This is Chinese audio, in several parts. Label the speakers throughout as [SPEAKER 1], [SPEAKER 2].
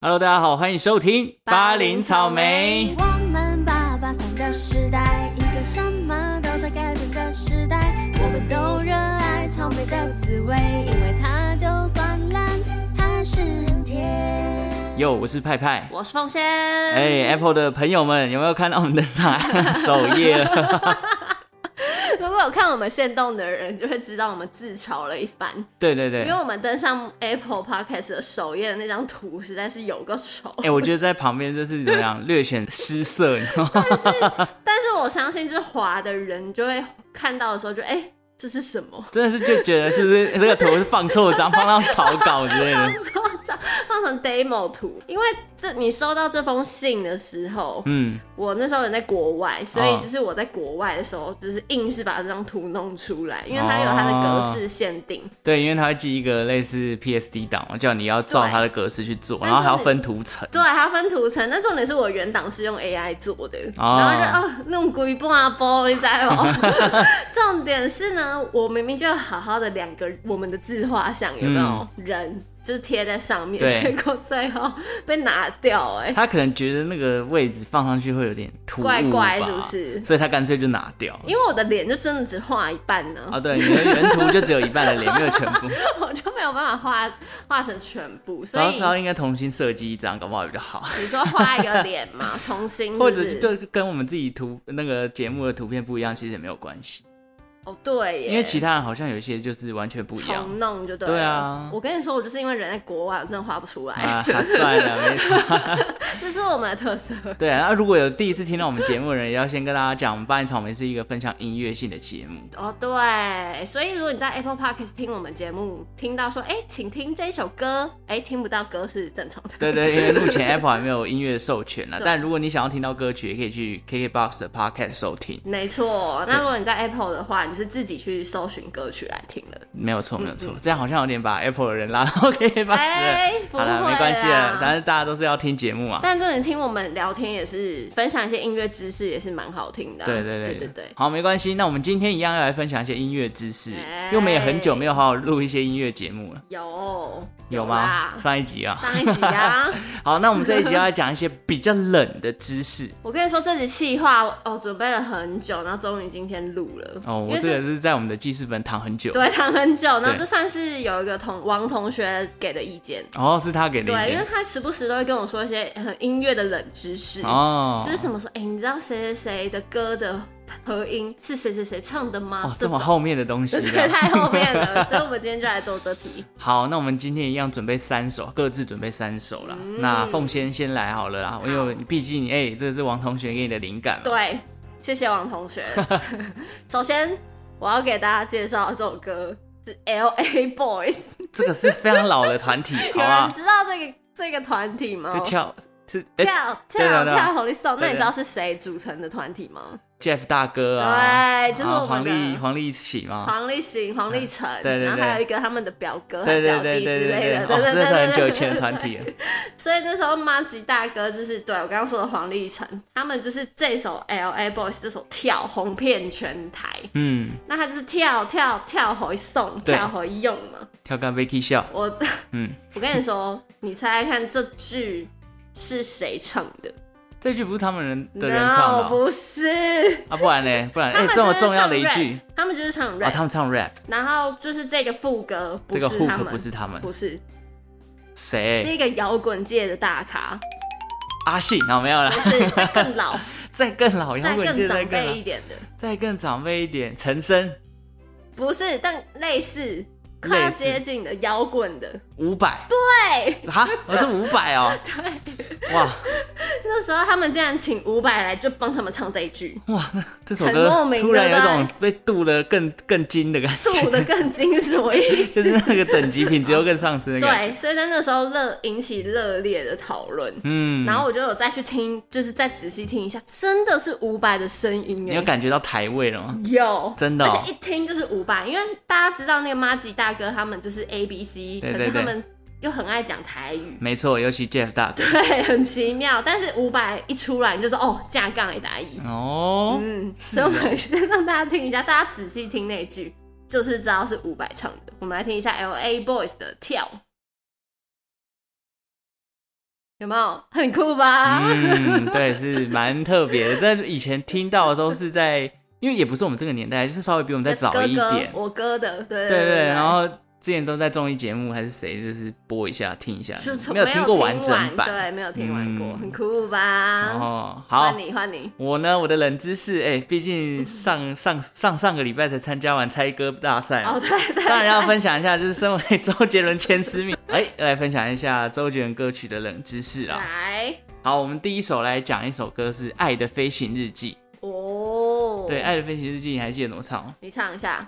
[SPEAKER 1] Hello，大家好，欢迎收听巴林草莓。
[SPEAKER 2] 我们八八三的时代，一个什么都在改变的时代。我们都热爱草莓的滋味，因为它就算烂，还是很甜。
[SPEAKER 1] 哟，我是派派。
[SPEAKER 2] 我是凤仙，
[SPEAKER 1] 哎、a p p l e 的朋友们有没有看到我们的上岸 首页 了？
[SPEAKER 2] 如果有看我们现动的人，就会知道我们自嘲了一番，
[SPEAKER 1] 对对
[SPEAKER 2] 因
[SPEAKER 1] 对
[SPEAKER 2] 为。我们登上 Apple Podcast 的首页的那张图实在是有个丑。
[SPEAKER 1] 哎、我觉得在旁边就是怎么样，略显失色，你知道吗？
[SPEAKER 2] 但是，但是我相信，就是滑的人就会看到的时候就，哎，这是什么？
[SPEAKER 1] 真的是就觉得是不是这个头是放错张，放到草稿之类的。
[SPEAKER 2] 放成放成 demo 图，因为这你收到这封信的时候，
[SPEAKER 1] 嗯，
[SPEAKER 2] 我那时候人在国外，所以
[SPEAKER 1] 哦
[SPEAKER 2] 就是我在国外的时候，就是硬是把这张图弄出来，因为它有它的
[SPEAKER 1] 哦
[SPEAKER 2] 格式限定，
[SPEAKER 1] 对，因为他会寄一个类似 PSD 档，叫你要照
[SPEAKER 2] 对
[SPEAKER 1] 它的格式去做，
[SPEAKER 2] 但
[SPEAKER 1] 然后还要
[SPEAKER 2] 重
[SPEAKER 1] 分图层。
[SPEAKER 2] 对，还要分图层。但重点是我原档是用 AI 做的，
[SPEAKER 1] 哦
[SPEAKER 2] 然后就啊、哦、弄鬼不啊包，你知道 吗？重点是呢，我明明就好好的两个我们的自画像有没有、人？就是贴在上面，
[SPEAKER 1] 嗯对
[SPEAKER 2] 结果最后被拿掉、哎，
[SPEAKER 1] 他可能觉得那个位置放上去会有点突兀吧，
[SPEAKER 2] 怪怪是不是
[SPEAKER 1] 所以他干脆就拿掉了。
[SPEAKER 2] 因为我的脸就真的只画一半呢、
[SPEAKER 1] 啊，对，你的原图就只有一半的脸，没有全部。
[SPEAKER 2] 我就没有办法画画成全部， 所
[SPEAKER 1] 曹
[SPEAKER 2] 以
[SPEAKER 1] 操应该重新设计一张，搞不好比较好。
[SPEAKER 2] 你说画一个脸嘛， 重新
[SPEAKER 1] 或
[SPEAKER 2] 是不
[SPEAKER 1] 者
[SPEAKER 2] 是
[SPEAKER 1] 就跟我们自己图那个节目的图片不一样，其实也没有关系，
[SPEAKER 2] 哦对耶，
[SPEAKER 1] 因为其他人好像有一些就是完全不一样
[SPEAKER 2] 重弄就对了。
[SPEAKER 1] 对啊
[SPEAKER 2] 我跟你说，我就是因为人在国外，我真的画不出来，
[SPEAKER 1] 啊。算了，没啥。
[SPEAKER 2] 这是我们的特色。
[SPEAKER 1] 对啊，那如果有第一次听到我们节目的人，也要先跟大家讲，我们八音草莓是一个分享音乐性的节目。
[SPEAKER 2] 哦对，所以如果你在 Apple Podcast 听我们节目，听到说哎，请听这首歌，哎，听不到歌是正常的。
[SPEAKER 1] 对对，因为目 前 Apple 还没有音乐授权了，
[SPEAKER 2] 对
[SPEAKER 1] 但如果你想要听到歌曲，也可以去 KKBOX 的 Podcast 收听。
[SPEAKER 2] 没错，那如果你在 Apple 的话，你是自己去搜寻歌曲来听了。
[SPEAKER 1] 没有错，没有错，这样好像有点把 Apple 的人拉到 KKBOX 了。
[SPEAKER 2] 哎不
[SPEAKER 1] 好了，
[SPEAKER 2] 会
[SPEAKER 1] 没关系了
[SPEAKER 2] 啦，
[SPEAKER 1] 反正大家都是要听节目嘛。
[SPEAKER 2] 但这里听我们聊天也是分享一些音乐知识，也是蛮好听的啊、
[SPEAKER 1] 对对
[SPEAKER 2] 对
[SPEAKER 1] 对
[SPEAKER 2] 对对。
[SPEAKER 1] 好，没关系。那我们今天一样要来分享一些音乐知识，
[SPEAKER 2] 哎
[SPEAKER 1] 因为我们也很久没有好好录一些音乐节目了，
[SPEAKER 2] 有
[SPEAKER 1] 有
[SPEAKER 2] 啦
[SPEAKER 1] 吗？上一集啊。
[SPEAKER 2] 上一集啊，
[SPEAKER 1] 好，那我们这一集要来讲一些比较冷的知识
[SPEAKER 2] 我跟你说，这集气话哦，准备了很久，然后终于今天录了。
[SPEAKER 1] 哦。我
[SPEAKER 2] 因为
[SPEAKER 1] 这个是在我们的记事本躺很久，
[SPEAKER 2] 对躺很久，然后
[SPEAKER 1] 对
[SPEAKER 2] 这算是有一个同王同学给的意见，
[SPEAKER 1] 哦，是他给的意
[SPEAKER 2] 对，因为
[SPEAKER 1] 见
[SPEAKER 2] 他时不时都会跟我说一些很音乐的冷知识，
[SPEAKER 1] 哦
[SPEAKER 2] 就是什么说，哎、你知道谁谁谁的歌的合音是谁谁谁唱的吗？
[SPEAKER 1] 哦，这么
[SPEAKER 2] 种。
[SPEAKER 1] 后面的东 西啊
[SPEAKER 2] 这
[SPEAKER 1] 这
[SPEAKER 2] 个
[SPEAKER 1] 样。
[SPEAKER 2] 太后面了，所以我 们今天就来做这题。
[SPEAKER 1] 好，那我们今天一样准备三首，各自准备三首啦。那
[SPEAKER 2] 嗯
[SPEAKER 1] 凤仙先来好了啦，因为毕竟哎、这是王同学给你的灵感嘛。
[SPEAKER 2] 对，谢谢王 同学。首先，我要给大家介绍这首歌是 L A Boys，
[SPEAKER 1] 这个是非常老的团 体，好
[SPEAKER 2] 有
[SPEAKER 1] 不
[SPEAKER 2] 人
[SPEAKER 1] 好？
[SPEAKER 2] 知道这个这个团体吗？
[SPEAKER 1] 就跳是哎、
[SPEAKER 2] 跳跳
[SPEAKER 1] 对对
[SPEAKER 2] 跳
[SPEAKER 1] 对
[SPEAKER 2] 跳 Holy Song，那
[SPEAKER 1] 对
[SPEAKER 2] 你知道是谁组成的团体吗？
[SPEAKER 1] Jeff 大哥啊，
[SPEAKER 2] 对就是我们的
[SPEAKER 1] 然后黄立黄立喜嘛。
[SPEAKER 2] 黄立行、黄立成，
[SPEAKER 1] 对对对
[SPEAKER 2] 然后还有一个他们的表哥、
[SPEAKER 1] 对对
[SPEAKER 2] 表
[SPEAKER 1] 对
[SPEAKER 2] 弟
[SPEAKER 1] 对
[SPEAKER 2] 之
[SPEAKER 1] 对
[SPEAKER 2] 类
[SPEAKER 1] 对，
[SPEAKER 2] 的，
[SPEAKER 1] 哦，
[SPEAKER 2] 对
[SPEAKER 1] 这
[SPEAKER 2] 对
[SPEAKER 1] 是很
[SPEAKER 2] 对
[SPEAKER 1] 久
[SPEAKER 2] 对
[SPEAKER 1] 以前的团体了。
[SPEAKER 2] 所以那时候马吉大哥就是对我刚刚说的黄立成，他们就是这首 L A Boys 这首跳红遍全台，
[SPEAKER 1] 嗯，
[SPEAKER 2] 那他就是跳跳跳回送，
[SPEAKER 1] 对
[SPEAKER 2] 跳回用嘛。
[SPEAKER 1] 跳干 Vicky 笑，
[SPEAKER 2] 我
[SPEAKER 1] 嗯，
[SPEAKER 2] 我跟你说，你猜猜看这句是谁唱的？
[SPEAKER 1] 这句不是他们人的人唱的
[SPEAKER 2] No，
[SPEAKER 1] 哦、
[SPEAKER 2] 不是，
[SPEAKER 1] 啊，不然呢？不然哎、
[SPEAKER 2] 他们
[SPEAKER 1] 这
[SPEAKER 2] 就
[SPEAKER 1] 么
[SPEAKER 2] 是
[SPEAKER 1] 重要的一
[SPEAKER 2] 唱
[SPEAKER 1] 句
[SPEAKER 2] rap，他们就是唱
[SPEAKER 1] 啊，
[SPEAKER 2] rap，、
[SPEAKER 1] 他们唱 rap，
[SPEAKER 2] 然后就是这个副歌不
[SPEAKER 1] 这
[SPEAKER 2] 是
[SPEAKER 1] 个
[SPEAKER 2] 他
[SPEAKER 1] hook
[SPEAKER 2] 们，
[SPEAKER 1] 不是他们，哎
[SPEAKER 2] 不是，是
[SPEAKER 1] 谁？
[SPEAKER 2] 一个摇滚界的大咖，
[SPEAKER 1] 阿信啊，没有啦，
[SPEAKER 2] 不是再 更老、
[SPEAKER 1] 再更老，摇
[SPEAKER 2] 再
[SPEAKER 1] 滚
[SPEAKER 2] 更
[SPEAKER 1] 界再
[SPEAKER 2] 长
[SPEAKER 1] 更
[SPEAKER 2] 辈
[SPEAKER 1] 老
[SPEAKER 2] 一，点的，
[SPEAKER 1] 再更长辈一点，陈升
[SPEAKER 2] 不是，但类似。快要接近的摇滚的，
[SPEAKER 1] 五百，
[SPEAKER 2] 对，
[SPEAKER 1] 哈，我是五百哦，哇
[SPEAKER 2] 那时候他们竟然请伍佰来，就帮他们唱这一 句，
[SPEAKER 1] 哇，那这首
[SPEAKER 2] 很
[SPEAKER 1] 歌
[SPEAKER 2] 莫名
[SPEAKER 1] 突然有
[SPEAKER 2] 对
[SPEAKER 1] 一
[SPEAKER 2] 不对
[SPEAKER 1] 种被镀了更更金的感觉，
[SPEAKER 2] 度的更精，什么意思？
[SPEAKER 1] 就是那个等级品质又更上升的感觉。
[SPEAKER 2] 对，所以在那时候热引起热烈的讨论。
[SPEAKER 1] 嗯，
[SPEAKER 2] 然后我就有再去听，就是再仔细听一下，真的是伍佰的声音
[SPEAKER 1] 你有
[SPEAKER 2] 哎，
[SPEAKER 1] 感觉到台位了吗？
[SPEAKER 2] 有
[SPEAKER 1] 真的哦
[SPEAKER 2] 嗯而且一听就是伍佰，因为大家知道那个马吉大哥他们就是 A B C，
[SPEAKER 1] 对
[SPEAKER 2] 可
[SPEAKER 1] 对
[SPEAKER 2] 是
[SPEAKER 1] 对
[SPEAKER 2] 他们又很爱讲台语，
[SPEAKER 1] 没错，尤其 Jeff 大哥。
[SPEAKER 2] 对，很奇妙。但是伍佰一出来，你就说哦，架杠也打一，
[SPEAKER 1] 哦，
[SPEAKER 2] 嗯，
[SPEAKER 1] 是
[SPEAKER 2] 所
[SPEAKER 1] 哦
[SPEAKER 2] 以我们先让大家听一下，大家仔细听那句，就是知道是伍佰唱的。我们来听一下 L A Boys 的跳。有没有很酷吧？
[SPEAKER 1] 嗯，对，是蛮特别的。在以前听到的时候是在，因为也不是我们这个年代，就是稍微比我们再早一
[SPEAKER 2] 哥
[SPEAKER 1] 点
[SPEAKER 2] 哥，。我哥的，
[SPEAKER 1] 对
[SPEAKER 2] 对对
[SPEAKER 1] 对然后之前都在综艺节目还是谁，就是播一下听一下
[SPEAKER 2] 是，从
[SPEAKER 1] 没有听过完整版。
[SPEAKER 2] 对，没有听完过，
[SPEAKER 1] 嗯
[SPEAKER 2] 很酷吧？
[SPEAKER 1] 哦，好
[SPEAKER 2] 换，你，换你，
[SPEAKER 1] 我呢，我的冷知识，哎、毕竟 上上上上个礼拜才参加完猜歌大赛嘛
[SPEAKER 2] 哦，对对，
[SPEAKER 1] 哎当然要分享一下，就是身为周杰伦前十 名，哎、来分享一下周杰伦歌曲的冷知识
[SPEAKER 2] 嗯
[SPEAKER 1] 啊。
[SPEAKER 2] 来，
[SPEAKER 1] 好，我们第一首来讲一首歌是《爱的飞行日记》。
[SPEAKER 2] 哦，
[SPEAKER 1] 对，《爱的飞行日记》，你还记得怎么唱吗？
[SPEAKER 2] 你唱一下，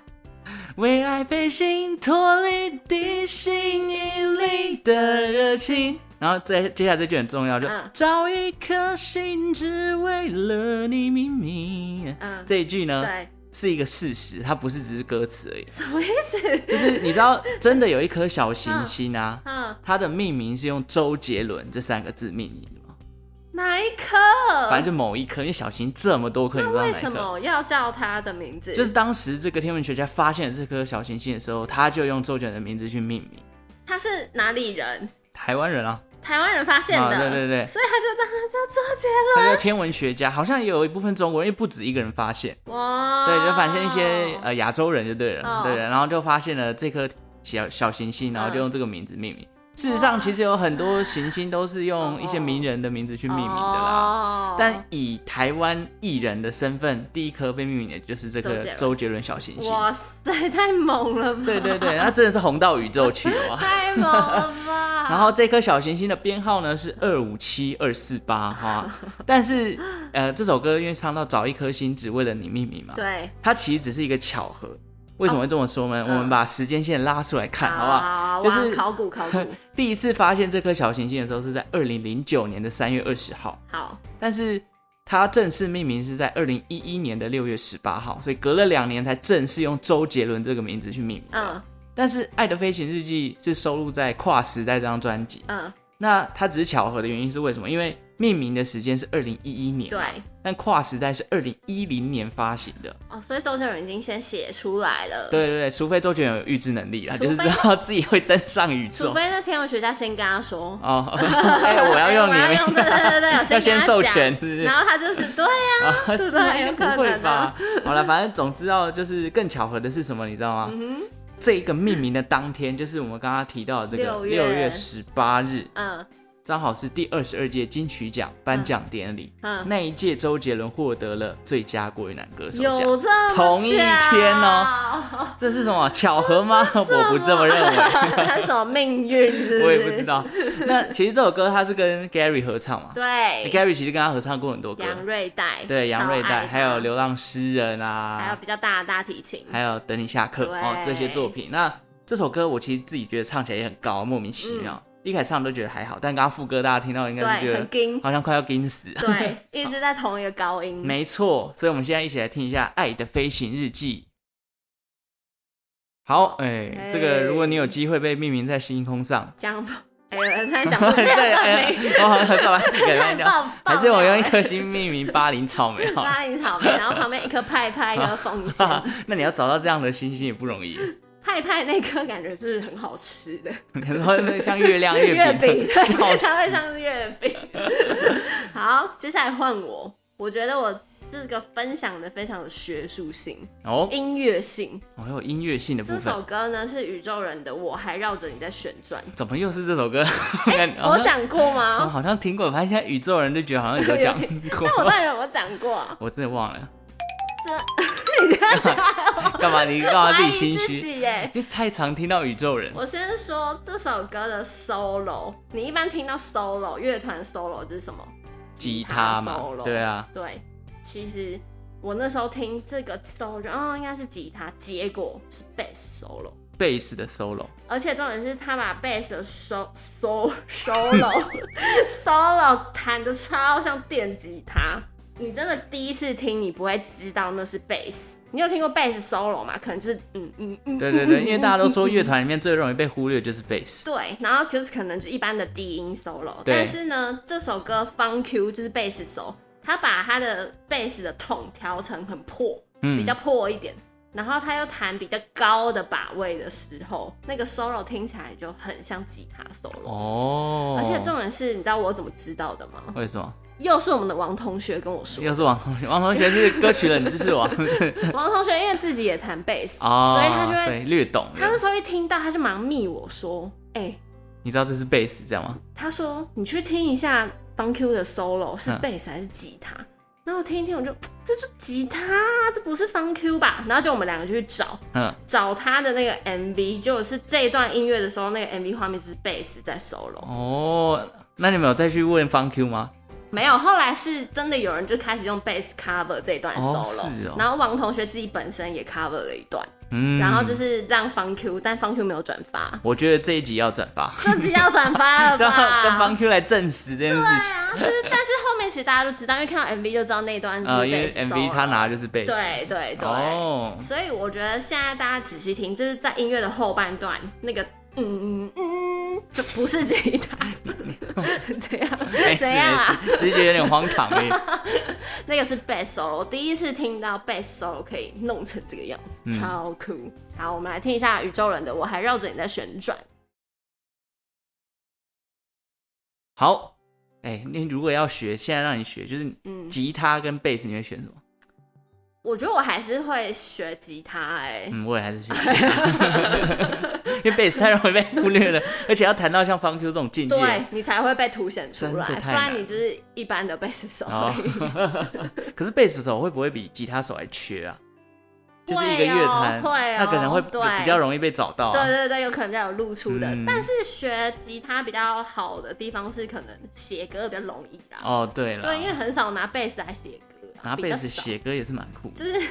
[SPEAKER 1] 为爱飞行，脱离地心引力的热情。然后再接下来这句很重要，就、
[SPEAKER 2] 嗯
[SPEAKER 1] 找一颗心，只为了你秘密。
[SPEAKER 2] 嗯，
[SPEAKER 1] 这一句呢，
[SPEAKER 2] 对，
[SPEAKER 1] 是一个事实，它不是只是歌词而已。
[SPEAKER 2] 什么意思？
[SPEAKER 1] 就是你知道，真的有一颗小行星啊，
[SPEAKER 2] 嗯，
[SPEAKER 1] 它的命名是用周杰伦这三个字命名
[SPEAKER 2] 嗯
[SPEAKER 1] 的嘛，
[SPEAKER 2] 哪一颗？
[SPEAKER 1] 反正就某一颗，因为小行星这么多颗，你不知道
[SPEAKER 2] 为
[SPEAKER 1] 哪一
[SPEAKER 2] 什
[SPEAKER 1] 颗。
[SPEAKER 2] 么要叫他的名字？
[SPEAKER 1] 就是当时这个天文学家发现了这颗小行星的时候，他就用周杰伦的名字去命名。
[SPEAKER 2] 他是哪里人？
[SPEAKER 1] 台湾人啊，
[SPEAKER 2] 台湾人发现的，
[SPEAKER 1] 啊对对对
[SPEAKER 2] 所以他就当他叫周杰
[SPEAKER 1] 他叫天文学家，好像也有一部分中国人，因为不止一个人发现，
[SPEAKER 2] 伦。哇，
[SPEAKER 1] 对，就发现一些呃亚洲人就对
[SPEAKER 2] 哦
[SPEAKER 1] 了，对的，然后就发现了这颗小小行星，然后就
[SPEAKER 2] 嗯
[SPEAKER 1] 用这个名字命名。事实上，其实有很多行星都是用一些名人的名字去命名的啦。
[SPEAKER 2] 嗯哦、
[SPEAKER 1] 但以台湾艺人的身份，第一颗被命名的就是这
[SPEAKER 2] 周杰
[SPEAKER 1] 个
[SPEAKER 2] 伦
[SPEAKER 1] 周杰伦小行星。
[SPEAKER 2] 哇塞，太猛了吧！
[SPEAKER 1] 对对对，那真的是红到宇宙去了 哇。
[SPEAKER 2] 太猛了吧！
[SPEAKER 1] 然后这颗小行星的编号呢是二五七二四八哈， 但是呃这首歌因为唱到找一颗星只为了你秘密嘛，
[SPEAKER 2] 对，
[SPEAKER 1] 它其实只是一个巧合。为什么会这么说呢？
[SPEAKER 2] 嗯
[SPEAKER 1] 我们把时间线拉出来看，好不好？
[SPEAKER 2] 好
[SPEAKER 1] 就
[SPEAKER 2] 哇
[SPEAKER 1] 是
[SPEAKER 2] 考古考古，
[SPEAKER 1] 第一次发现这颗小行星的时候是在二零零九年的三月二十号，
[SPEAKER 2] 好，
[SPEAKER 1] 但是它正式命名是在二零一一年的六月十八号，所以隔了两年才正式用周杰伦这个名字去命名。
[SPEAKER 2] 嗯
[SPEAKER 1] 但是《爱的飞行日记》是收录在《跨时代》这张专辑，
[SPEAKER 2] 嗯，
[SPEAKER 1] 那它只是巧合的原因是为什么？因为命名的时间是二零一一年，
[SPEAKER 2] 对，，
[SPEAKER 1] 但跨时代是二零一零年发行的。
[SPEAKER 2] 哦，所以周杰伦已经先写出来了，，
[SPEAKER 1] 对对对，除非周杰伦有预知能力啦，
[SPEAKER 2] 除
[SPEAKER 1] 就
[SPEAKER 2] 非
[SPEAKER 1] 是知道自己会登上宇
[SPEAKER 2] 除
[SPEAKER 1] 宙。
[SPEAKER 2] 非那天文学家先跟他说。
[SPEAKER 1] 哦， 哎， 我要用你
[SPEAKER 2] 哎我
[SPEAKER 1] 的
[SPEAKER 2] 要用，对对对对，我
[SPEAKER 1] 要
[SPEAKER 2] 跟
[SPEAKER 1] 先
[SPEAKER 2] 他
[SPEAKER 1] 授
[SPEAKER 2] 讲
[SPEAKER 1] 权是不是
[SPEAKER 2] 然后他就是对呀、
[SPEAKER 1] 啊，
[SPEAKER 2] 对
[SPEAKER 1] 是吗
[SPEAKER 2] 有
[SPEAKER 1] 应该
[SPEAKER 2] 可
[SPEAKER 1] 不会
[SPEAKER 2] 能啊
[SPEAKER 1] 吧？好了，反正总之要就是更巧合的是什么，你知道
[SPEAKER 2] 嗯
[SPEAKER 1] 吗？这一个命名的当天，就是我们刚刚提到的这个
[SPEAKER 2] 6月
[SPEAKER 1] 六月十八日，
[SPEAKER 2] 嗯
[SPEAKER 1] 刚好是第二十二届金曲奖颁奖典礼。
[SPEAKER 2] 嗯，
[SPEAKER 1] 那一届周杰伦获得了最佳国语男歌手奖，
[SPEAKER 2] 有这么
[SPEAKER 1] 同一天
[SPEAKER 2] 哦，
[SPEAKER 1] 这是什么巧合吗？ 我不这么认为，
[SPEAKER 2] 他什么命运 是不 是？
[SPEAKER 1] 我也不知。道。那其实这首歌他是跟 Gary 合唱嘛
[SPEAKER 2] 对，
[SPEAKER 1] ，Gary 其实跟他合唱过很多歌，
[SPEAKER 2] 杨瑞代，
[SPEAKER 1] 对杨瑞
[SPEAKER 2] 超爱
[SPEAKER 1] 代，
[SPEAKER 2] 他
[SPEAKER 1] 还有，流浪诗人
[SPEAKER 2] 还有
[SPEAKER 1] 啊，
[SPEAKER 2] 比较大的大提琴，
[SPEAKER 1] 还有等你下课
[SPEAKER 2] 对
[SPEAKER 1] 哦这些作品。那这首歌我其实自己觉得唱起来也很高，莫名其妙。一开始唱都觉得还好，但刚刚副歌大家听到应该是觉
[SPEAKER 2] 对，很
[SPEAKER 1] 得
[SPEAKER 2] 硬，
[SPEAKER 1] 好像快要惊死。
[SPEAKER 2] 对，一直在同一个高音。
[SPEAKER 1] 没错，所以我们现在一起来听一下《爱的飞行日记》。好，哎、这
[SPEAKER 2] 哎
[SPEAKER 1] 个如果你有机会被命名在星空上，
[SPEAKER 2] 讲不，哎、我才讲
[SPEAKER 1] 对
[SPEAKER 2] 不
[SPEAKER 1] 哎
[SPEAKER 2] 对，
[SPEAKER 1] 我好像干嘛自己给
[SPEAKER 2] 差
[SPEAKER 1] 人家？
[SPEAKER 2] 点爆爆
[SPEAKER 1] 还是我
[SPEAKER 2] 料
[SPEAKER 1] 用一颗星命名巴林草莓好了？
[SPEAKER 2] 八零草莓，然后旁边一颗派派，一颗凤仙。
[SPEAKER 1] 那你要找到这样的星星也不容易。
[SPEAKER 2] 派派那颗感觉是很好吃的
[SPEAKER 1] 你说那个像月 亮啊月
[SPEAKER 2] 月
[SPEAKER 1] 饼
[SPEAKER 2] 饼，，
[SPEAKER 1] 笑
[SPEAKER 2] 对，
[SPEAKER 1] 死！
[SPEAKER 2] 它会像是月饼。好，接下来换我，我觉得我这个分享的非常有学术性、
[SPEAKER 1] 哦，
[SPEAKER 2] 音乐性。
[SPEAKER 1] 我还有音乐性的部
[SPEAKER 2] 这
[SPEAKER 1] 分
[SPEAKER 2] 首，歌呢是宇宙人的《我还绕着你在旋转》，
[SPEAKER 1] 怎么又是这首歌？
[SPEAKER 2] 哎 我讲啊过
[SPEAKER 1] 好像啊怎么
[SPEAKER 2] 吗？
[SPEAKER 1] 好像听过？反正现在宇宙人就觉得好像有都讲过
[SPEAKER 2] 但，我到底有没有讲过啊？
[SPEAKER 1] 我真的忘了。
[SPEAKER 2] 这 你这样 讲，
[SPEAKER 1] 干嘛？你干嘛自
[SPEAKER 2] 怀
[SPEAKER 1] 己
[SPEAKER 2] 疑
[SPEAKER 1] 心
[SPEAKER 2] 自
[SPEAKER 1] 虚？
[SPEAKER 2] 己耶。
[SPEAKER 1] 就太常听到宇宙人，
[SPEAKER 2] 我先说这首歌的 solo，你一般听到 solo 乐团 solo 就是什么？
[SPEAKER 1] 吉他嘛
[SPEAKER 2] solo，，
[SPEAKER 1] 对啊，
[SPEAKER 2] 对，其实我那时候听这个 solo，哦，应该是吉他，结果是 bass solo，
[SPEAKER 1] 贝斯的 solo，
[SPEAKER 2] 而且重点是他把 bass 的 so so solo solo 弹的超像电吉他，你真的第一次听你不会知道那是 bass，你有听过 bass solo 吗？可能就是嗯嗯嗯，
[SPEAKER 1] 对对对，因为大家都说乐团里面最容易被忽略的就是贝斯，
[SPEAKER 2] 对，然后就是可能就一般的低音 solo，
[SPEAKER 1] 对
[SPEAKER 2] 但是呢，这首歌 Fun Q 就是贝斯手，他把他的贝斯的痛调成很破，
[SPEAKER 1] 嗯
[SPEAKER 2] 比较破一点，然后他又弹比较高的把位的时候，那个 solo 听起来就很像吉他 solo。
[SPEAKER 1] 哦，
[SPEAKER 2] 而且重点是，你知道我怎么知道的吗？
[SPEAKER 1] 为什么？
[SPEAKER 2] 又是我们的王同学跟我 说，
[SPEAKER 1] 又是王同学，王同学是歌曲冷知识王
[SPEAKER 2] 王同学因为自己也弹贝斯，
[SPEAKER 1] 哦，
[SPEAKER 2] 所以他就
[SPEAKER 1] 所
[SPEAKER 2] 会，
[SPEAKER 1] 以略懂
[SPEAKER 2] 他那
[SPEAKER 1] 了。
[SPEAKER 2] 时候一听到，他就忙密我说，哎、
[SPEAKER 1] 你知道这是贝斯这样吗？
[SPEAKER 2] 他说你去听一下 Fun Q 的 solo 是
[SPEAKER 1] 嗯
[SPEAKER 2] 贝斯还是吉他？然后我听一听，我就这是吉他啊，这不是 Fun Q 吧？然后就我们两个就去找
[SPEAKER 1] 嗯，
[SPEAKER 2] 找他的那个 MV，结果是这一段音乐的时候，那个 MV 画面就是贝斯在 solo。
[SPEAKER 1] 哦，那你们有再去问方 Q 吗？
[SPEAKER 2] 没有，后来是真的有人就开始用 bass cover 这一段
[SPEAKER 1] 哦
[SPEAKER 2] solo，、
[SPEAKER 1] 是哦
[SPEAKER 2] 然后王同学自己本身也 cover 了一段，
[SPEAKER 1] 嗯，
[SPEAKER 2] 然后就是让方 Q，但方 Q 没有转发，
[SPEAKER 1] 我觉得这一集要转发，
[SPEAKER 2] 这集要转发了
[SPEAKER 1] 就
[SPEAKER 2] 吧？
[SPEAKER 1] 要跟方 Q 来证实这件事
[SPEAKER 2] 对
[SPEAKER 1] 情。
[SPEAKER 2] 啊，就是但是后面其实大家都知道，因为看到 MV 就知道那一段是
[SPEAKER 1] 呃，因为
[SPEAKER 2] bass solo，、
[SPEAKER 1] MV 他拿的就是贝斯。
[SPEAKER 2] 对对对，
[SPEAKER 1] 哦，
[SPEAKER 2] 所以我觉得现在大家仔细听，这是在音乐的后半段那个嗯嗯嗯，这不是吉他， 怎样
[SPEAKER 1] 没事
[SPEAKER 2] 怎样啊？
[SPEAKER 1] 没事，哎只是觉得有点荒唐而已。
[SPEAKER 2] 那个是 bass solo，我第一次听到 bass solo 可以弄成这个样子，
[SPEAKER 1] 嗯
[SPEAKER 2] 超酷。好，我们来听一下宇宙人的《我还绕着你在旋转》。
[SPEAKER 1] 好，哎、你如果要学，现在让你学，就是
[SPEAKER 2] 嗯
[SPEAKER 1] 吉他跟贝斯，你会选什么？
[SPEAKER 2] 我觉得我还是会学吉他、哎、
[SPEAKER 1] 嗯，我也还是选吉他， 因为贝斯太容易被忽略了，而且要弹到像方 Q 这种境界，
[SPEAKER 2] 对你才会被凸显出来，
[SPEAKER 1] 真的
[SPEAKER 2] 不
[SPEAKER 1] 太难
[SPEAKER 2] 然你就是一般的贝斯手
[SPEAKER 1] 哦
[SPEAKER 2] 而已。
[SPEAKER 1] 可是贝斯手会不会比吉他手还缺啊？就是一个乐
[SPEAKER 2] 会
[SPEAKER 1] 坛，
[SPEAKER 2] 哦会哦
[SPEAKER 1] 那可能会
[SPEAKER 2] 对
[SPEAKER 1] 比较容易被找到、
[SPEAKER 2] 对
[SPEAKER 1] 啊。
[SPEAKER 2] 对对，有可能比较有露出的，
[SPEAKER 1] 嗯
[SPEAKER 2] 但是学吉他比较好的地方是可能写歌比较容易啦。
[SPEAKER 1] 哦，对了，
[SPEAKER 2] 对，因为很少拿贝斯来写歌啊，
[SPEAKER 1] 拿
[SPEAKER 2] 比较
[SPEAKER 1] 贝斯
[SPEAKER 2] 少，
[SPEAKER 1] 写歌也是蛮酷的。
[SPEAKER 2] 就是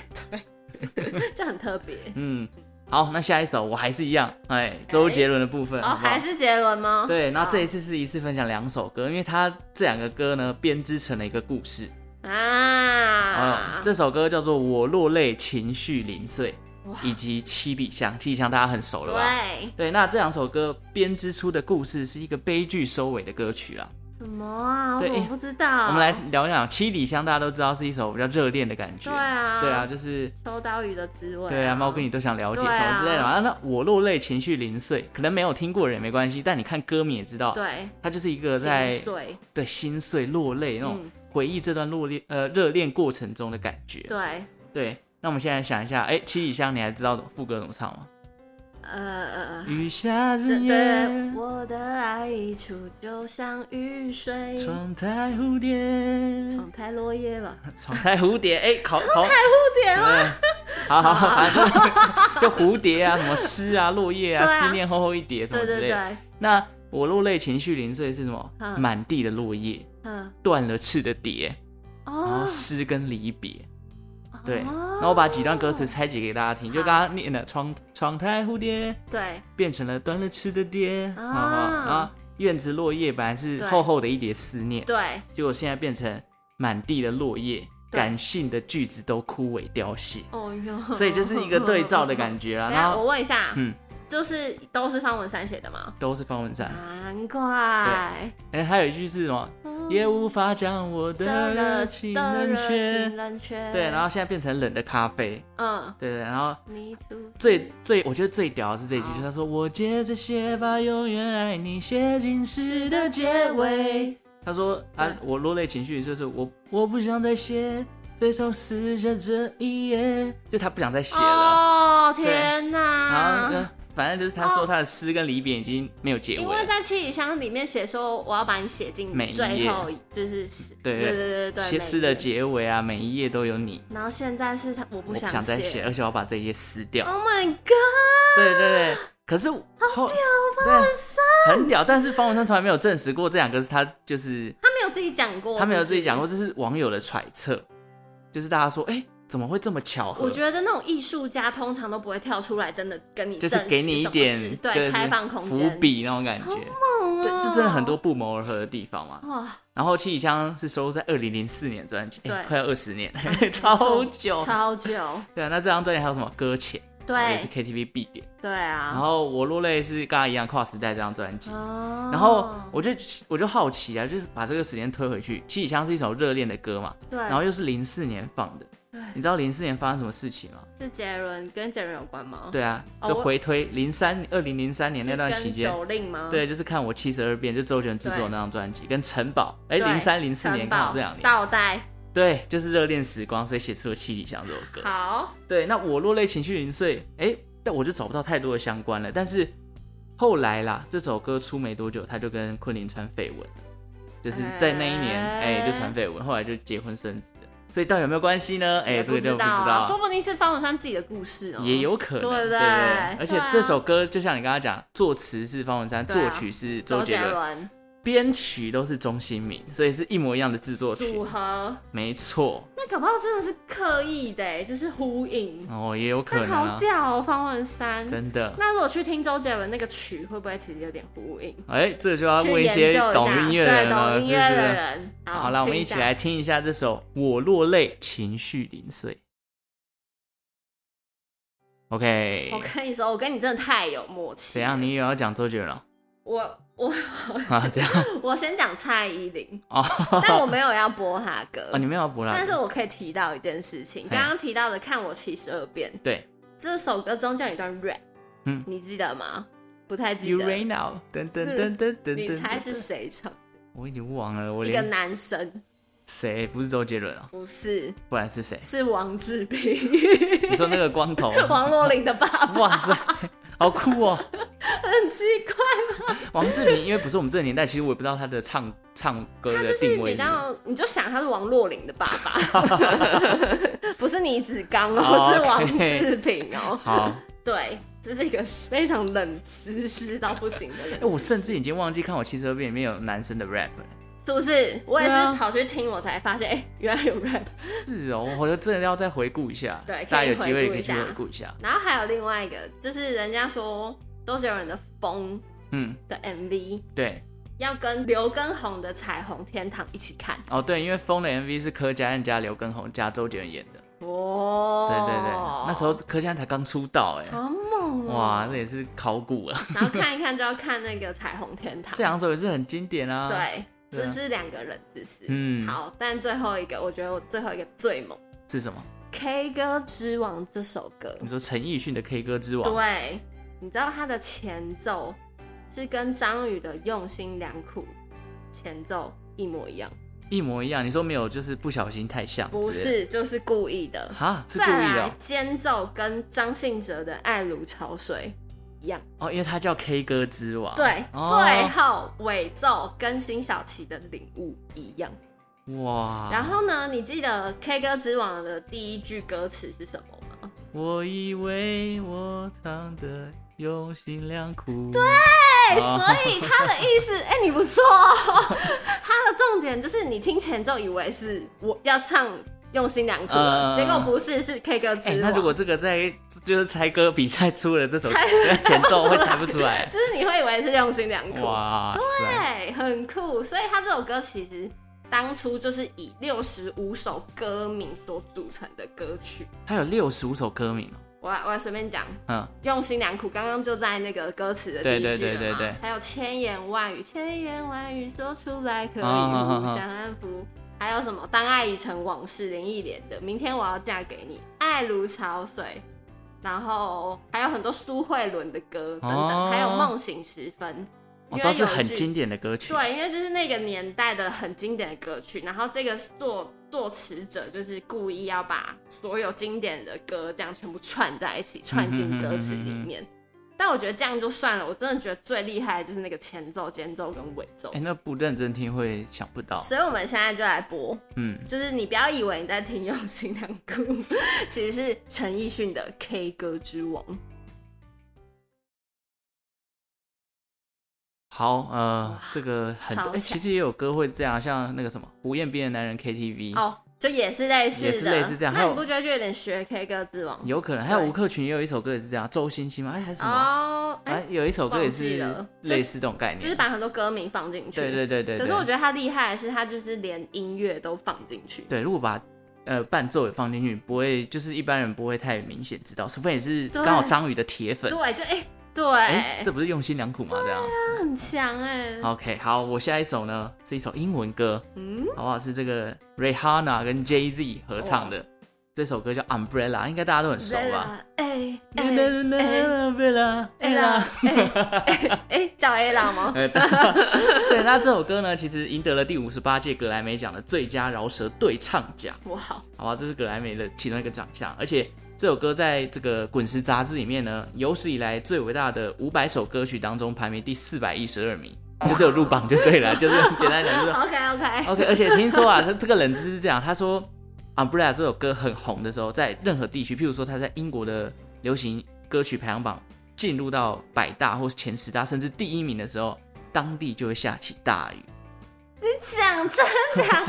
[SPEAKER 2] 对，就很特别。
[SPEAKER 1] 嗯，好，那下一首我还是一样，哎，周杰伦的部分，
[SPEAKER 2] 哦，
[SPEAKER 1] 好不好
[SPEAKER 2] 还是杰伦吗？
[SPEAKER 1] 对，那
[SPEAKER 2] 好
[SPEAKER 1] 这一次是一次分享两首歌，因为它这两个歌呢编织成了一个故事。啊、
[SPEAKER 2] 啊，
[SPEAKER 1] 这首歌叫做《我落泪，情绪零碎
[SPEAKER 2] 哇》，
[SPEAKER 1] 以及《七里香》，《七里香》大家很熟了吧？
[SPEAKER 2] 对
[SPEAKER 1] 对，那这两首歌编织出的故事是一个悲剧收尾的歌曲啦。
[SPEAKER 2] 什么啊？我
[SPEAKER 1] 对
[SPEAKER 2] 怎么不知道？
[SPEAKER 1] 我们来聊一聊《七里香》，大家都知道是一首比较热恋的感觉。
[SPEAKER 2] 对啊
[SPEAKER 1] 对啊，就是
[SPEAKER 2] 秋刀鱼的滋味。
[SPEAKER 1] 对啊，猫哥你都想了解
[SPEAKER 2] 对啊
[SPEAKER 1] 什么之类的嘛。那我落泪，情绪零碎，可能没有听过的人也没关系，但你看歌名也知道，
[SPEAKER 2] 对，
[SPEAKER 1] 它就是一个在
[SPEAKER 2] 心碎，
[SPEAKER 1] 对心碎落泪那种
[SPEAKER 2] 嗯
[SPEAKER 1] 回忆这段落恋呃热恋过程中的感觉。
[SPEAKER 2] 对，
[SPEAKER 1] 对，那我们现在想一下，哎、七里香，你还知道副歌怎么唱吗？
[SPEAKER 2] 呃呃呃。
[SPEAKER 1] 雨下
[SPEAKER 2] 这
[SPEAKER 1] 之
[SPEAKER 2] 对
[SPEAKER 1] 夜，
[SPEAKER 2] 我的爱溢出，就像雨水，
[SPEAKER 1] 窗台蝴蝶，
[SPEAKER 2] 敞开落叶吧，
[SPEAKER 1] 窗台蝴蝶，哎、 考考，
[SPEAKER 2] 不点吗？
[SPEAKER 1] 对，好好好， 反正就蝴蝶啊，什么诗啊，落叶啊，
[SPEAKER 2] 对啊
[SPEAKER 1] 思念厚厚一叠什么
[SPEAKER 2] 对
[SPEAKER 1] 之
[SPEAKER 2] 对
[SPEAKER 1] 类的。
[SPEAKER 2] 对，
[SPEAKER 1] 那我落泪，情绪零碎是什么？
[SPEAKER 2] 嗯
[SPEAKER 1] 满地的落叶，
[SPEAKER 2] 嗯，
[SPEAKER 1] 断了翅的蝶，然后
[SPEAKER 2] 哦，
[SPEAKER 1] 诗跟离别。对，
[SPEAKER 2] 哦
[SPEAKER 1] 然后我把几段歌词拆解给大家听，就刚刚念的窗窗台蝴蝶，
[SPEAKER 2] 对
[SPEAKER 1] 变成了断了翅的蝶
[SPEAKER 2] 啊
[SPEAKER 1] 啊啊！院子落叶本来是
[SPEAKER 2] 对
[SPEAKER 1] 厚厚的一叠思念，
[SPEAKER 2] 对，
[SPEAKER 1] 结果现在变成满地的落叶，
[SPEAKER 2] 对
[SPEAKER 1] 感性的句子都枯萎凋谢，
[SPEAKER 2] 哦哟，
[SPEAKER 1] 所以就是一个对照的感觉 啊。
[SPEAKER 2] 等一
[SPEAKER 1] 然
[SPEAKER 2] 下我
[SPEAKER 1] 后
[SPEAKER 2] 问一下，
[SPEAKER 1] 嗯
[SPEAKER 2] 就是都是方文山写的吗？
[SPEAKER 1] 都是方文山，
[SPEAKER 2] 难怪，哦
[SPEAKER 1] 哎，还有一句是什么？也无法将我嗯的热情冷却，
[SPEAKER 2] 冷却，
[SPEAKER 1] 对，然后现在变成冷的咖啡，
[SPEAKER 2] 嗯，
[SPEAKER 1] 对对，然后。
[SPEAKER 2] 你出
[SPEAKER 1] 最最，我觉得最屌的是这一句，
[SPEAKER 2] 好
[SPEAKER 1] 就是他说：“我借着写把永远爱你写进诗的结尾。”他说：“啊
[SPEAKER 2] 对，
[SPEAKER 1] 我落泪情绪就是我我不想再写，最终撕下这一页，就他不想再写了。
[SPEAKER 2] 哦天
[SPEAKER 1] 然后
[SPEAKER 2] 哪！
[SPEAKER 1] 呢，反正就是他说他的诗跟离别已经没有结尾
[SPEAKER 2] 因为
[SPEAKER 1] 了，
[SPEAKER 2] 在七里香里面写说，我要把你写进
[SPEAKER 1] 每一页
[SPEAKER 2] 最后，就是是
[SPEAKER 1] 对
[SPEAKER 2] 对对对对，
[SPEAKER 1] 写
[SPEAKER 2] 每一
[SPEAKER 1] 诗的
[SPEAKER 2] 页。
[SPEAKER 1] 结尾啊，每一页都有你。
[SPEAKER 2] 然后现在是他，我不
[SPEAKER 1] 我不
[SPEAKER 2] 想
[SPEAKER 1] 想再写，而且我要把这一页撕掉。
[SPEAKER 2] Oh my god！
[SPEAKER 1] 对对对，可是好屌，方文山很屌，但是方文山从来没有证实过这两个是他就是。”
[SPEAKER 2] 他没有自己讲过，
[SPEAKER 1] 他没有
[SPEAKER 2] 是不
[SPEAKER 1] 自
[SPEAKER 2] 是
[SPEAKER 1] 己讲过，。这是网友的揣测，就是大家说，哎、怎么会这么巧合？
[SPEAKER 2] 我觉得那种艺术家通常都不会跳出来，真的跟你
[SPEAKER 1] 就是
[SPEAKER 2] 证实
[SPEAKER 1] 给你一
[SPEAKER 2] 什么
[SPEAKER 1] 点
[SPEAKER 2] 事对开放空间 Oh 哦
[SPEAKER 1] 伏，笔那种感觉，
[SPEAKER 2] 对
[SPEAKER 1] 对，这真的很多不谋而合的地方嘛。
[SPEAKER 2] 哇，
[SPEAKER 1] 然后七里香是收录在二零零四年专辑，哎
[SPEAKER 2] 对
[SPEAKER 1] 快要二十 年，超久。
[SPEAKER 2] 超久，
[SPEAKER 1] 对啊，那这张专辑还有什么搁浅？也是
[SPEAKER 2] 对
[SPEAKER 1] KTV 必点。
[SPEAKER 2] 对
[SPEAKER 1] 然
[SPEAKER 2] 啊，
[SPEAKER 1] 后我落泪是刚才一样跨时代这张专辑。
[SPEAKER 2] 哦
[SPEAKER 1] 然后我就我就好奇啊，就是把这个时间推回去，七里香是一首热恋的歌嘛，
[SPEAKER 2] 对，
[SPEAKER 1] 然后又是零四年放的，你知道零四年发生什么事情吗？
[SPEAKER 2] 是杰伦跟杰伦有关吗？，
[SPEAKER 1] 对啊，
[SPEAKER 2] 哦
[SPEAKER 1] 就
[SPEAKER 2] 我
[SPEAKER 1] 回推零三二零零三年那段期间，
[SPEAKER 2] 九令吗？
[SPEAKER 1] 对，就是看我七十二变，就周杰伦制作的那张专辑，跟城堡，哎，
[SPEAKER 2] 对，
[SPEAKER 1] 零三零四年
[SPEAKER 2] 城
[SPEAKER 1] 刚好
[SPEAKER 2] 堡
[SPEAKER 1] 这两年，
[SPEAKER 2] 倒带，
[SPEAKER 1] 对，就是热恋时光，所以写出了《七里香》这首歌。
[SPEAKER 2] 好，
[SPEAKER 1] 对，那我落泪情绪零碎，哎，但我就找不到太多的相关了。但是后来啦，这首歌出没多久，他就跟昆凌传绯闻了，就是在那一年，哎、
[SPEAKER 2] 哎
[SPEAKER 1] 就传绯闻，后来就结婚生子了，所以到底有没有关系呢？哎、
[SPEAKER 2] 也
[SPEAKER 1] 这个就
[SPEAKER 2] 知
[SPEAKER 1] 不
[SPEAKER 2] 道
[SPEAKER 1] 知
[SPEAKER 2] 啊，
[SPEAKER 1] 道
[SPEAKER 2] 说。不定是方文山自己的故事哦，
[SPEAKER 1] 也有可能，
[SPEAKER 2] 对不
[SPEAKER 1] 对
[SPEAKER 2] 对
[SPEAKER 1] 而且
[SPEAKER 2] 对啊
[SPEAKER 1] 这首歌就像你刚刚讲，作词是方文山，
[SPEAKER 2] 对啊
[SPEAKER 1] 作曲是周
[SPEAKER 2] 周
[SPEAKER 1] 杰
[SPEAKER 2] 杰
[SPEAKER 1] 伦，
[SPEAKER 2] 伦
[SPEAKER 1] 编曲都是钟兴民，所以是一模一样的制作曲
[SPEAKER 2] 组，合，
[SPEAKER 1] 没错。
[SPEAKER 2] 那搞不好真的是刻意的，欸就是呼应，
[SPEAKER 1] 哦，也有可
[SPEAKER 2] 那
[SPEAKER 1] 能
[SPEAKER 2] 好
[SPEAKER 1] 啊，
[SPEAKER 2] 屌哦，方文山。
[SPEAKER 1] 真的。
[SPEAKER 2] 那如果去听周杰伦那个曲，会不会其实有点呼应？
[SPEAKER 1] 哎，这就要
[SPEAKER 2] 去
[SPEAKER 1] 问一
[SPEAKER 2] 研究
[SPEAKER 1] 些
[SPEAKER 2] 一下，
[SPEAKER 1] 懂音乐的人
[SPEAKER 2] 对，
[SPEAKER 1] 了，是
[SPEAKER 2] 懂音
[SPEAKER 1] 不
[SPEAKER 2] 乐的
[SPEAKER 1] 是？
[SPEAKER 2] 人。
[SPEAKER 1] 好啦，我们一起来听一下这首《我落泪，情绪零碎》。OK，
[SPEAKER 2] 听一下。我跟你说，我跟你真的太有默契。
[SPEAKER 1] 怎样？？你也要讲周杰伦了
[SPEAKER 2] 我我
[SPEAKER 1] 啊？这样
[SPEAKER 2] 我先讲蔡依林，
[SPEAKER 1] 哦，
[SPEAKER 2] 但我没有要播她的歌
[SPEAKER 1] 哦，。你没有要补啦？
[SPEAKER 2] 但是我可以提到一件事情，
[SPEAKER 1] 嘿
[SPEAKER 2] 刚刚提到的《看我七十二变》
[SPEAKER 1] 对
[SPEAKER 2] 这首歌中间有一段 rap，
[SPEAKER 1] 嗯
[SPEAKER 2] 你记得吗？不太记
[SPEAKER 1] ，You
[SPEAKER 2] 得。
[SPEAKER 1] Rain Now，噔噔噔噔噔噔，
[SPEAKER 2] 你猜
[SPEAKER 1] 噔
[SPEAKER 2] 是？谁唱？
[SPEAKER 1] 我已经忘了，我
[SPEAKER 2] 一个
[SPEAKER 1] 连
[SPEAKER 2] 男生，
[SPEAKER 1] 谁不是周杰伦啊？
[SPEAKER 2] 不是，？
[SPEAKER 1] 不然是谁
[SPEAKER 2] 是王志平，
[SPEAKER 1] 你说那个光头？啊
[SPEAKER 2] 王若琳的爸爸，
[SPEAKER 1] 哇塞，好酷哦！
[SPEAKER 2] 很奇怪。
[SPEAKER 1] 王志平，因为不是我们这个年代，其实我也不知道他的唱唱歌
[SPEAKER 2] 他
[SPEAKER 1] 的
[SPEAKER 2] 就是
[SPEAKER 1] 定位
[SPEAKER 2] 比
[SPEAKER 1] 是什么。
[SPEAKER 2] 较，你就想他是王若琳的爸爸， 不是倪子刚哦，
[SPEAKER 1] 哦
[SPEAKER 2] 是王
[SPEAKER 1] OK
[SPEAKER 2] 志平哦。
[SPEAKER 1] 好，
[SPEAKER 2] 对，这是一个非常冷湿湿到不行的人
[SPEAKER 1] 哎、。我甚至已经忘记看我七十二变里面有男生的 rap 了。
[SPEAKER 2] 是不是？我也
[SPEAKER 1] 对啊
[SPEAKER 2] 是跑去听，我才发现，哎、原来有 rap。
[SPEAKER 1] 是哦，我觉得真的要再回顾一下。
[SPEAKER 2] 对可以
[SPEAKER 1] 大家有机会
[SPEAKER 2] 回顾
[SPEAKER 1] 可以
[SPEAKER 2] 一
[SPEAKER 1] 去
[SPEAKER 2] 下
[SPEAKER 1] 回顾一下。
[SPEAKER 2] 然后还有另外一个，就是人家说周杰伦的《风
[SPEAKER 1] 嗯，》
[SPEAKER 2] 的 MV
[SPEAKER 1] 对，
[SPEAKER 2] 要跟刘畊宏的《彩虹天堂》一起看。
[SPEAKER 1] 哦对，因为《风》的 MV 是柯佳嬿加刘畊宏加周杰伦演的。
[SPEAKER 2] 哦，
[SPEAKER 1] 对对对，那时候柯佳嬿才刚出道哎、
[SPEAKER 2] 好猛哦、
[SPEAKER 1] 哇，这也是考古啊！
[SPEAKER 2] 然后看一看就要看那个《彩虹天堂》
[SPEAKER 1] 这。两首也是很经典啊。，
[SPEAKER 2] 对，
[SPEAKER 1] 对
[SPEAKER 2] 这
[SPEAKER 1] 啊
[SPEAKER 2] 是两个人姿势。
[SPEAKER 1] 嗯
[SPEAKER 2] 好，但最后一个，我觉得我最后一个最猛，《
[SPEAKER 1] 是什么？
[SPEAKER 2] K 歌之王》这首歌。
[SPEAKER 1] 你说陈奕迅的《K 歌之王》
[SPEAKER 2] 对，你知道它的前奏是跟张宇的《用心良苦》前奏一模一样，
[SPEAKER 1] 一模一样？你说没有，就是不小心太像之类的？
[SPEAKER 2] 不是，就是故意的。
[SPEAKER 1] 哈，是故
[SPEAKER 2] 再
[SPEAKER 1] 意的
[SPEAKER 2] 来
[SPEAKER 1] 哦，
[SPEAKER 2] 间奏跟张信哲的《爱如潮水》一样。
[SPEAKER 1] 哦因为他叫 K 歌之王。
[SPEAKER 2] 对，
[SPEAKER 1] 哦
[SPEAKER 2] 最后尾奏跟辛晓琪的《领悟》一样。
[SPEAKER 1] 哇，
[SPEAKER 2] 然后呢，你记得《K 歌之王》的第一句歌词是什么吗？
[SPEAKER 1] 我以为我唱的用心良苦，
[SPEAKER 2] 哎、
[SPEAKER 1] 哦
[SPEAKER 2] 所以他的意思，哎、你不错、哦。 他的重点就是你听前奏以为是我要唱《用心良苦》
[SPEAKER 1] 嗯
[SPEAKER 2] 了，结果不是，是 K 歌之
[SPEAKER 1] 哎、
[SPEAKER 2] 王。
[SPEAKER 1] 那如果这个在就是猜歌比赛出了这首
[SPEAKER 2] 猜
[SPEAKER 1] 前奏，会猜不出 来。
[SPEAKER 2] 就是你会以为是《用心良苦》，
[SPEAKER 1] 哇塞！
[SPEAKER 2] 对，很酷。所以他这首歌其实当初就是以六十五首歌名所组成的歌曲。
[SPEAKER 1] 它有六十五首歌名哦
[SPEAKER 2] 我来我来随便讲，
[SPEAKER 1] 嗯，
[SPEAKER 2] 用心良苦，刚刚就在那个歌词的第一句了
[SPEAKER 1] 对
[SPEAKER 2] 嘛
[SPEAKER 1] 对对对对
[SPEAKER 2] 还有千言万语，千言万语说出来可以
[SPEAKER 1] 啊啊啊啊
[SPEAKER 2] 互相安抚。还有什么？当爱已成往事，林忆莲的《明天我要嫁给你》，爱如潮水，然后还有很多苏慧伦的歌等等，
[SPEAKER 1] 哦
[SPEAKER 2] 还有梦醒时分，
[SPEAKER 1] 哦，
[SPEAKER 2] 因为
[SPEAKER 1] 都是
[SPEAKER 2] 有一
[SPEAKER 1] 很
[SPEAKER 2] 句
[SPEAKER 1] 经典的歌曲。
[SPEAKER 2] 对，因为就是那个年代的很经典的歌曲，然后这个作作词者就是故意要把所有经典的歌这样全部串在一起，串进歌词里面。嗯但我觉得这样就算了，我真的觉得最厉害的就是那个前奏、间奏跟尾奏
[SPEAKER 1] 哎、。那不认真听会想不到。
[SPEAKER 2] 所以我们现在就来播，
[SPEAKER 1] 嗯，
[SPEAKER 2] 就是你不要以为你在听《用心良苦》，其实是陈奕迅的《K 歌之王》。
[SPEAKER 1] 好，呃，这个很多、
[SPEAKER 2] 超
[SPEAKER 1] 哎
[SPEAKER 2] 强
[SPEAKER 1] 其实也有歌会这样，像那个什么胡彦斌的《男人 KTV》，
[SPEAKER 2] 哦，就也是类似的，
[SPEAKER 1] 也是类似这样还
[SPEAKER 2] 那
[SPEAKER 1] 有
[SPEAKER 2] 你不觉得就有点学《K 歌之王》？
[SPEAKER 1] 有可能还有
[SPEAKER 2] 对
[SPEAKER 1] 吴克群也有一首歌也是这样，周星星吗？哎，还是什么？
[SPEAKER 2] 哦，哎、
[SPEAKER 1] 反正有一首歌也
[SPEAKER 2] 忘记
[SPEAKER 1] 是
[SPEAKER 2] 了就是
[SPEAKER 1] 类似这种概念，
[SPEAKER 2] 就是把很多歌名放进去。
[SPEAKER 1] 对对对对。
[SPEAKER 2] 可是
[SPEAKER 1] 对
[SPEAKER 2] 我觉得他厉害的是，他就是连音乐都放进去。
[SPEAKER 1] 对，如果把呃伴奏也放进去，不会就是一般人不会太明显知道，除非你是
[SPEAKER 2] 对
[SPEAKER 1] 刚好张宇的铁粉
[SPEAKER 2] 对，。就哎、
[SPEAKER 1] 哎、
[SPEAKER 2] 对，
[SPEAKER 1] 这不是用心良苦吗？这样。
[SPEAKER 2] 他很强哎、
[SPEAKER 1] OK，好，我下一首呢是一首英文歌，
[SPEAKER 2] 嗯，
[SPEAKER 1] 好不好？是这个 Rihanna 跟 Jay Z 合唱的这首歌叫 Umbrella，应该大家都很熟啊吧？
[SPEAKER 2] 哎哎哎
[SPEAKER 1] Umbrella，
[SPEAKER 2] 哎啦哎哎哎，叫 A 啦吗？
[SPEAKER 1] 呃，对，对那这首歌呢，其实赢得了第五十八届格莱美奖的最佳饶舌对唱奖，
[SPEAKER 2] 我好，
[SPEAKER 1] 好吧，这是格莱美的其中一个奖项。而且这首歌在这个《滚石》杂志里面呢，有史以来最伟大的五百首歌曲当中排名第四百一十二名，就是有入榜就对了， 就是很简单讲，就是
[SPEAKER 2] OK OK，
[SPEAKER 1] OK。而且听说啊，他这个冷知识是这样，他说《Umbrella》这首歌很红的时候，在任何地区，譬如说他在英国的流行歌曲排行榜进入到百大或是前十大，甚至第一名的时候，当地就会下起大雨。，
[SPEAKER 2] 讲真讲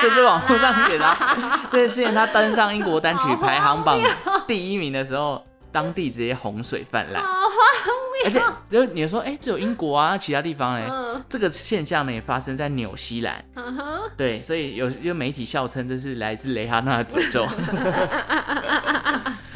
[SPEAKER 1] 这是网络上写的啊，就是之前他登上英国单曲排行榜第一名的时候，当地直接洪水泛滥，
[SPEAKER 2] 好荒
[SPEAKER 1] 而且
[SPEAKER 2] 谬。
[SPEAKER 1] 就是你说，哎、只有英国啊，其他地方哎、
[SPEAKER 2] 嗯
[SPEAKER 1] 这个现象呢也发生在纽西兰，
[SPEAKER 2] 嗯哼，
[SPEAKER 1] 对，所以有有媒体笑称这是来自雷哈娜的诅 咒。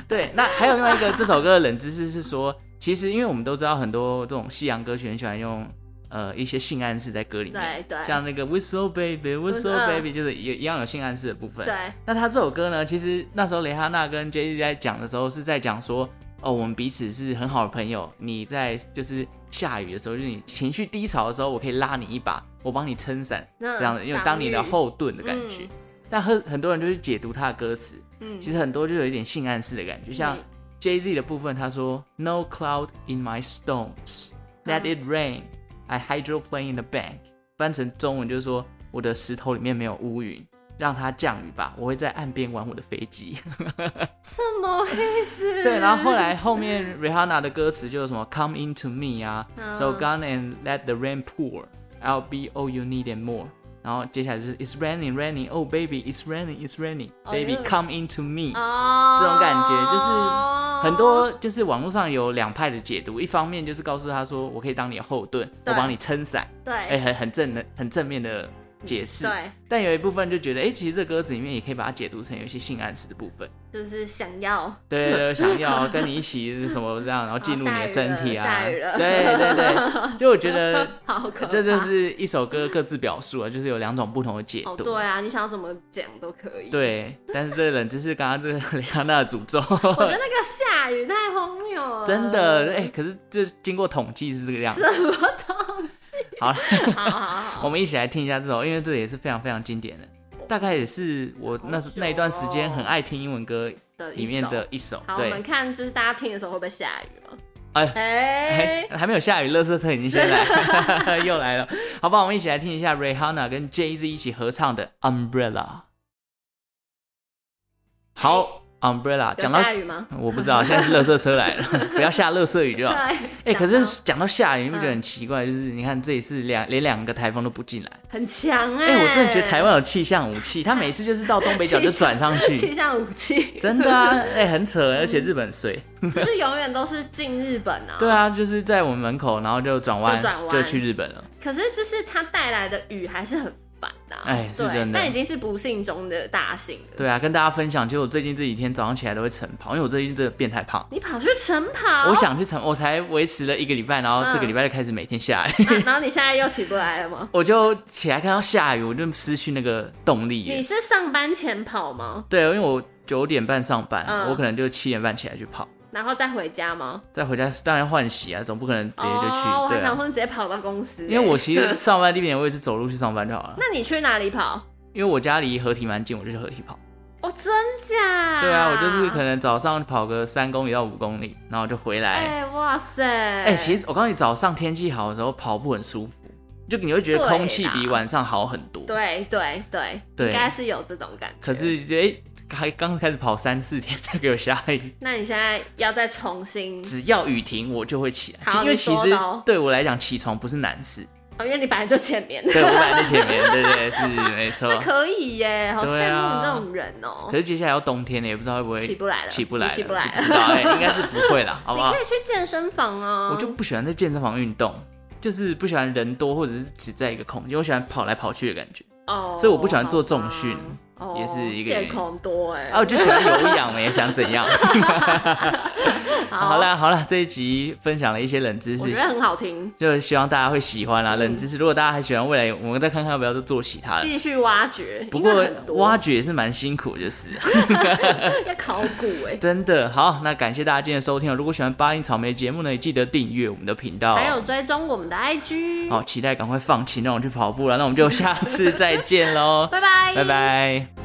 [SPEAKER 1] 对，那还有另外一个这首歌的冷知识是说，其实因为我们都知道很多这种西洋歌曲很喜欢用呃一些性暗示在歌里面，
[SPEAKER 2] 对对
[SPEAKER 1] 像那个 Whistle Baby Whistle
[SPEAKER 2] 嗯
[SPEAKER 1] Baby 就是也一样有性暗示的部分。
[SPEAKER 2] 对，
[SPEAKER 1] 那他这首歌呢，其实那时候蕾哈娜跟 J J 在讲的时候，是在讲说，哦，我们彼此是很好的朋友。你在就是下雨的时候，就是你情绪低潮的时候，我可以拉你一把，我帮你撑伞，
[SPEAKER 2] 嗯
[SPEAKER 1] 这样的，因为当
[SPEAKER 2] 挡
[SPEAKER 1] 你的
[SPEAKER 2] 雨
[SPEAKER 1] 后盾的感觉。
[SPEAKER 2] 嗯
[SPEAKER 1] 但很很多人就去解读他的歌词，
[SPEAKER 2] 嗯
[SPEAKER 1] 其实很多就有一点性暗示的感觉，像
[SPEAKER 2] 嗯
[SPEAKER 1] Jay Z 的部分，他说 No cloud in my stones, let it rain, I hydroplane in the bank。翻成中文就是说，我的石头里面没有乌云，让它降雨吧，我会在岸边玩我的飞机。
[SPEAKER 2] 什么意 思？
[SPEAKER 1] 对，然后后来后 面 Rihanna 的歌词就是什么 Come into me 啊、
[SPEAKER 2] 嗯
[SPEAKER 1] s o gone and let the rain pour, I'll be all you need and more。然后接下来就是 It's raining, raining, oh baby, it's raining, it's raining,
[SPEAKER 2] 哦
[SPEAKER 1] baby
[SPEAKER 2] 就是
[SPEAKER 1] come into me。
[SPEAKER 2] 哦，
[SPEAKER 1] 这种感觉就是很多就是网络上有两派的解读，一方面就是告诉他说我可以当你的后盾，我
[SPEAKER 2] 对
[SPEAKER 1] 帮你撑伞，
[SPEAKER 2] 对，嗯
[SPEAKER 1] 哎、很很正的很正面的解释。
[SPEAKER 2] 对，
[SPEAKER 1] 但有一部分就觉得，哎、其实这歌词里面也可以把它解读成有一些性暗示的部分，
[SPEAKER 2] 就是想要
[SPEAKER 1] 对 对对，想要跟你一起什么这样，然后进入你的身体 啊，
[SPEAKER 2] 下雨了下雨了
[SPEAKER 1] 对对对， 就我觉得
[SPEAKER 2] 好可怕，
[SPEAKER 1] 这就是一首歌各自表述啊，就是有两种不同的解
[SPEAKER 2] 哦，
[SPEAKER 1] 读。
[SPEAKER 2] 对啊，你想要怎么讲都可以。，
[SPEAKER 1] 对，但是这个冷知识刚刚这个 雷安娜的诅咒，
[SPEAKER 2] 我觉得那个下雨太荒谬 了，
[SPEAKER 1] 真的，哎、可是就是经过统计是这个样子。
[SPEAKER 2] 什么东西？
[SPEAKER 1] 好，
[SPEAKER 2] 好好 好，
[SPEAKER 1] 我们一起来听一下这首，因为这也是非常非常经典的，大概也是我那时
[SPEAKER 2] 好久哦
[SPEAKER 1] 那一段时间很爱听英文歌
[SPEAKER 2] 的一
[SPEAKER 1] 里面
[SPEAKER 2] 首
[SPEAKER 1] 的。一首。
[SPEAKER 2] 好，我们
[SPEAKER 1] 对，
[SPEAKER 2] 看就是大家听的时候会不会下雨吗？
[SPEAKER 1] 哎
[SPEAKER 2] 哎
[SPEAKER 1] 哎，，还没有下雨，乐色车已经先来， 又来了，好不好？我们一起来听一下 Rihanna 跟 Jay Z 一起合唱的《Umbrella》。好，《Umbrella》
[SPEAKER 2] 哎有
[SPEAKER 1] 讲到
[SPEAKER 2] 下 雨吗？
[SPEAKER 1] 我不知道，现在是乐色车来了， 不要下乐色雨就好。哎、
[SPEAKER 2] 对，啊
[SPEAKER 1] 可
[SPEAKER 2] 讲到嗯
[SPEAKER 1] 是讲到下雨，你不觉得很奇怪？就是你看这一次两连两个台风都不进来，
[SPEAKER 2] 很强哎，
[SPEAKER 1] 哎、我真的觉得台湾有气象武器，它每次就是到东北角就转上
[SPEAKER 2] 气
[SPEAKER 1] 去，
[SPEAKER 2] 象武器，
[SPEAKER 1] 真的啊，哎、很扯，而且日本水，
[SPEAKER 2] 就是永远都是进日本啊。
[SPEAKER 1] 对啊，就是在我们门口，然后就转弯
[SPEAKER 2] 就转弯
[SPEAKER 1] 就去日本了，
[SPEAKER 2] 可是就是它带来的雨还是很烦呐、啊。
[SPEAKER 1] 哎是
[SPEAKER 2] 对
[SPEAKER 1] 真的
[SPEAKER 2] 那已经是不幸中的大幸了。
[SPEAKER 1] 对啊，跟大家分享，其实我最近这几天早上起来都会晨跑，因为我最近真的变态胖。
[SPEAKER 2] 你跑去晨跑，
[SPEAKER 1] 我、想去晨，我才维持了一个礼拜，然后这个
[SPEAKER 2] 啊嗯
[SPEAKER 1] 礼拜就开始每天下雨，
[SPEAKER 2] 啊，然后你现在又起不来了吗
[SPEAKER 1] ？我就起来看到下雨，我就失去那个动力了。
[SPEAKER 2] 你是上班前跑吗？
[SPEAKER 1] 对，因为我九点半上班，
[SPEAKER 2] 嗯
[SPEAKER 1] 我可能就七点半起来去跑，
[SPEAKER 2] 然后再回家吗？
[SPEAKER 1] 再回家当然换洗啊，总不可能直接就去。
[SPEAKER 2] 哦，我
[SPEAKER 1] 对
[SPEAKER 2] 还
[SPEAKER 1] 啊
[SPEAKER 2] 想说你直接跑到公司欸、，
[SPEAKER 1] 因为我其实上班地点我也是走路去上班就好了
[SPEAKER 2] 那你去哪里跑？
[SPEAKER 1] 因为我家离合体蛮近，我就去合体跑。
[SPEAKER 2] 哦，真假？
[SPEAKER 1] 对啊，我就是可能早上跑个三公里到五公里，然后就回来。
[SPEAKER 2] 哎、哇塞！
[SPEAKER 1] 哎、
[SPEAKER 2] 哎
[SPEAKER 1] 其实我告诉你，早上天气好的时候跑步很舒服，就你会觉得
[SPEAKER 2] 对
[SPEAKER 1] 空气比
[SPEAKER 2] 啦
[SPEAKER 1] 晚上好很多。
[SPEAKER 2] 对对对，
[SPEAKER 1] 对
[SPEAKER 2] 应该是有这种感觉。
[SPEAKER 1] 可，是哎，还刚开始跑三四天，就给我下雨。
[SPEAKER 2] 那你现在要再重新，
[SPEAKER 1] 只要雨停，我就会起来。
[SPEAKER 2] 好
[SPEAKER 1] 因为
[SPEAKER 2] 你
[SPEAKER 1] 其
[SPEAKER 2] 说
[SPEAKER 1] 实
[SPEAKER 2] 的哦
[SPEAKER 1] 对我来讲，起床不是难事。
[SPEAKER 2] 哦，因为你本来就前面，
[SPEAKER 1] 对，我摆在前面，对对是没错。
[SPEAKER 2] 那可以耶，好
[SPEAKER 1] 对
[SPEAKER 2] 羡
[SPEAKER 1] 啊
[SPEAKER 2] 慕你这种人哦、
[SPEAKER 1] 可是接下来要冬天了，也不知道会不会
[SPEAKER 2] 起不来了
[SPEAKER 1] 起不来了，
[SPEAKER 2] 你起不来了
[SPEAKER 1] 不知道哎、应该是不会 啦，好不
[SPEAKER 2] 你
[SPEAKER 1] 好
[SPEAKER 2] 可？以去健身房啊。
[SPEAKER 1] 我就不喜欢在健身房运动，就是不喜欢人多或者是只在一个空间，我喜欢跑来跑去的感觉。
[SPEAKER 2] 哦，
[SPEAKER 1] 所以我不喜欢做重训
[SPEAKER 2] 好吧啊
[SPEAKER 1] 也是一个原因呃
[SPEAKER 2] 借口很多哎、
[SPEAKER 1] 啊，我就喜欢有氧，也想怎样？好啦好啦，这一集分享了一些冷知
[SPEAKER 2] 我
[SPEAKER 1] 识
[SPEAKER 2] 觉得，很嗯好听，
[SPEAKER 1] 就希望大家会喜欢啦。冷知识，如果大家还喜欢，未来我们再看看要不要做其他的。
[SPEAKER 2] 继续挖掘。
[SPEAKER 1] 呃不
[SPEAKER 2] 因为
[SPEAKER 1] 过
[SPEAKER 2] 很多
[SPEAKER 1] 挖掘也是蛮辛苦， 就是了
[SPEAKER 2] 要考古 哎、
[SPEAKER 1] 真的。好，那感谢大家今天的收听哦。如果喜欢八音草莓的节目呢，也记得订阅我们的频道哦。
[SPEAKER 2] 还有追踪我们的 IG。
[SPEAKER 1] 好，期待赶快放晴，让我去跑步了。那我们就下次再见喽
[SPEAKER 2] ，拜拜，
[SPEAKER 1] 拜拜。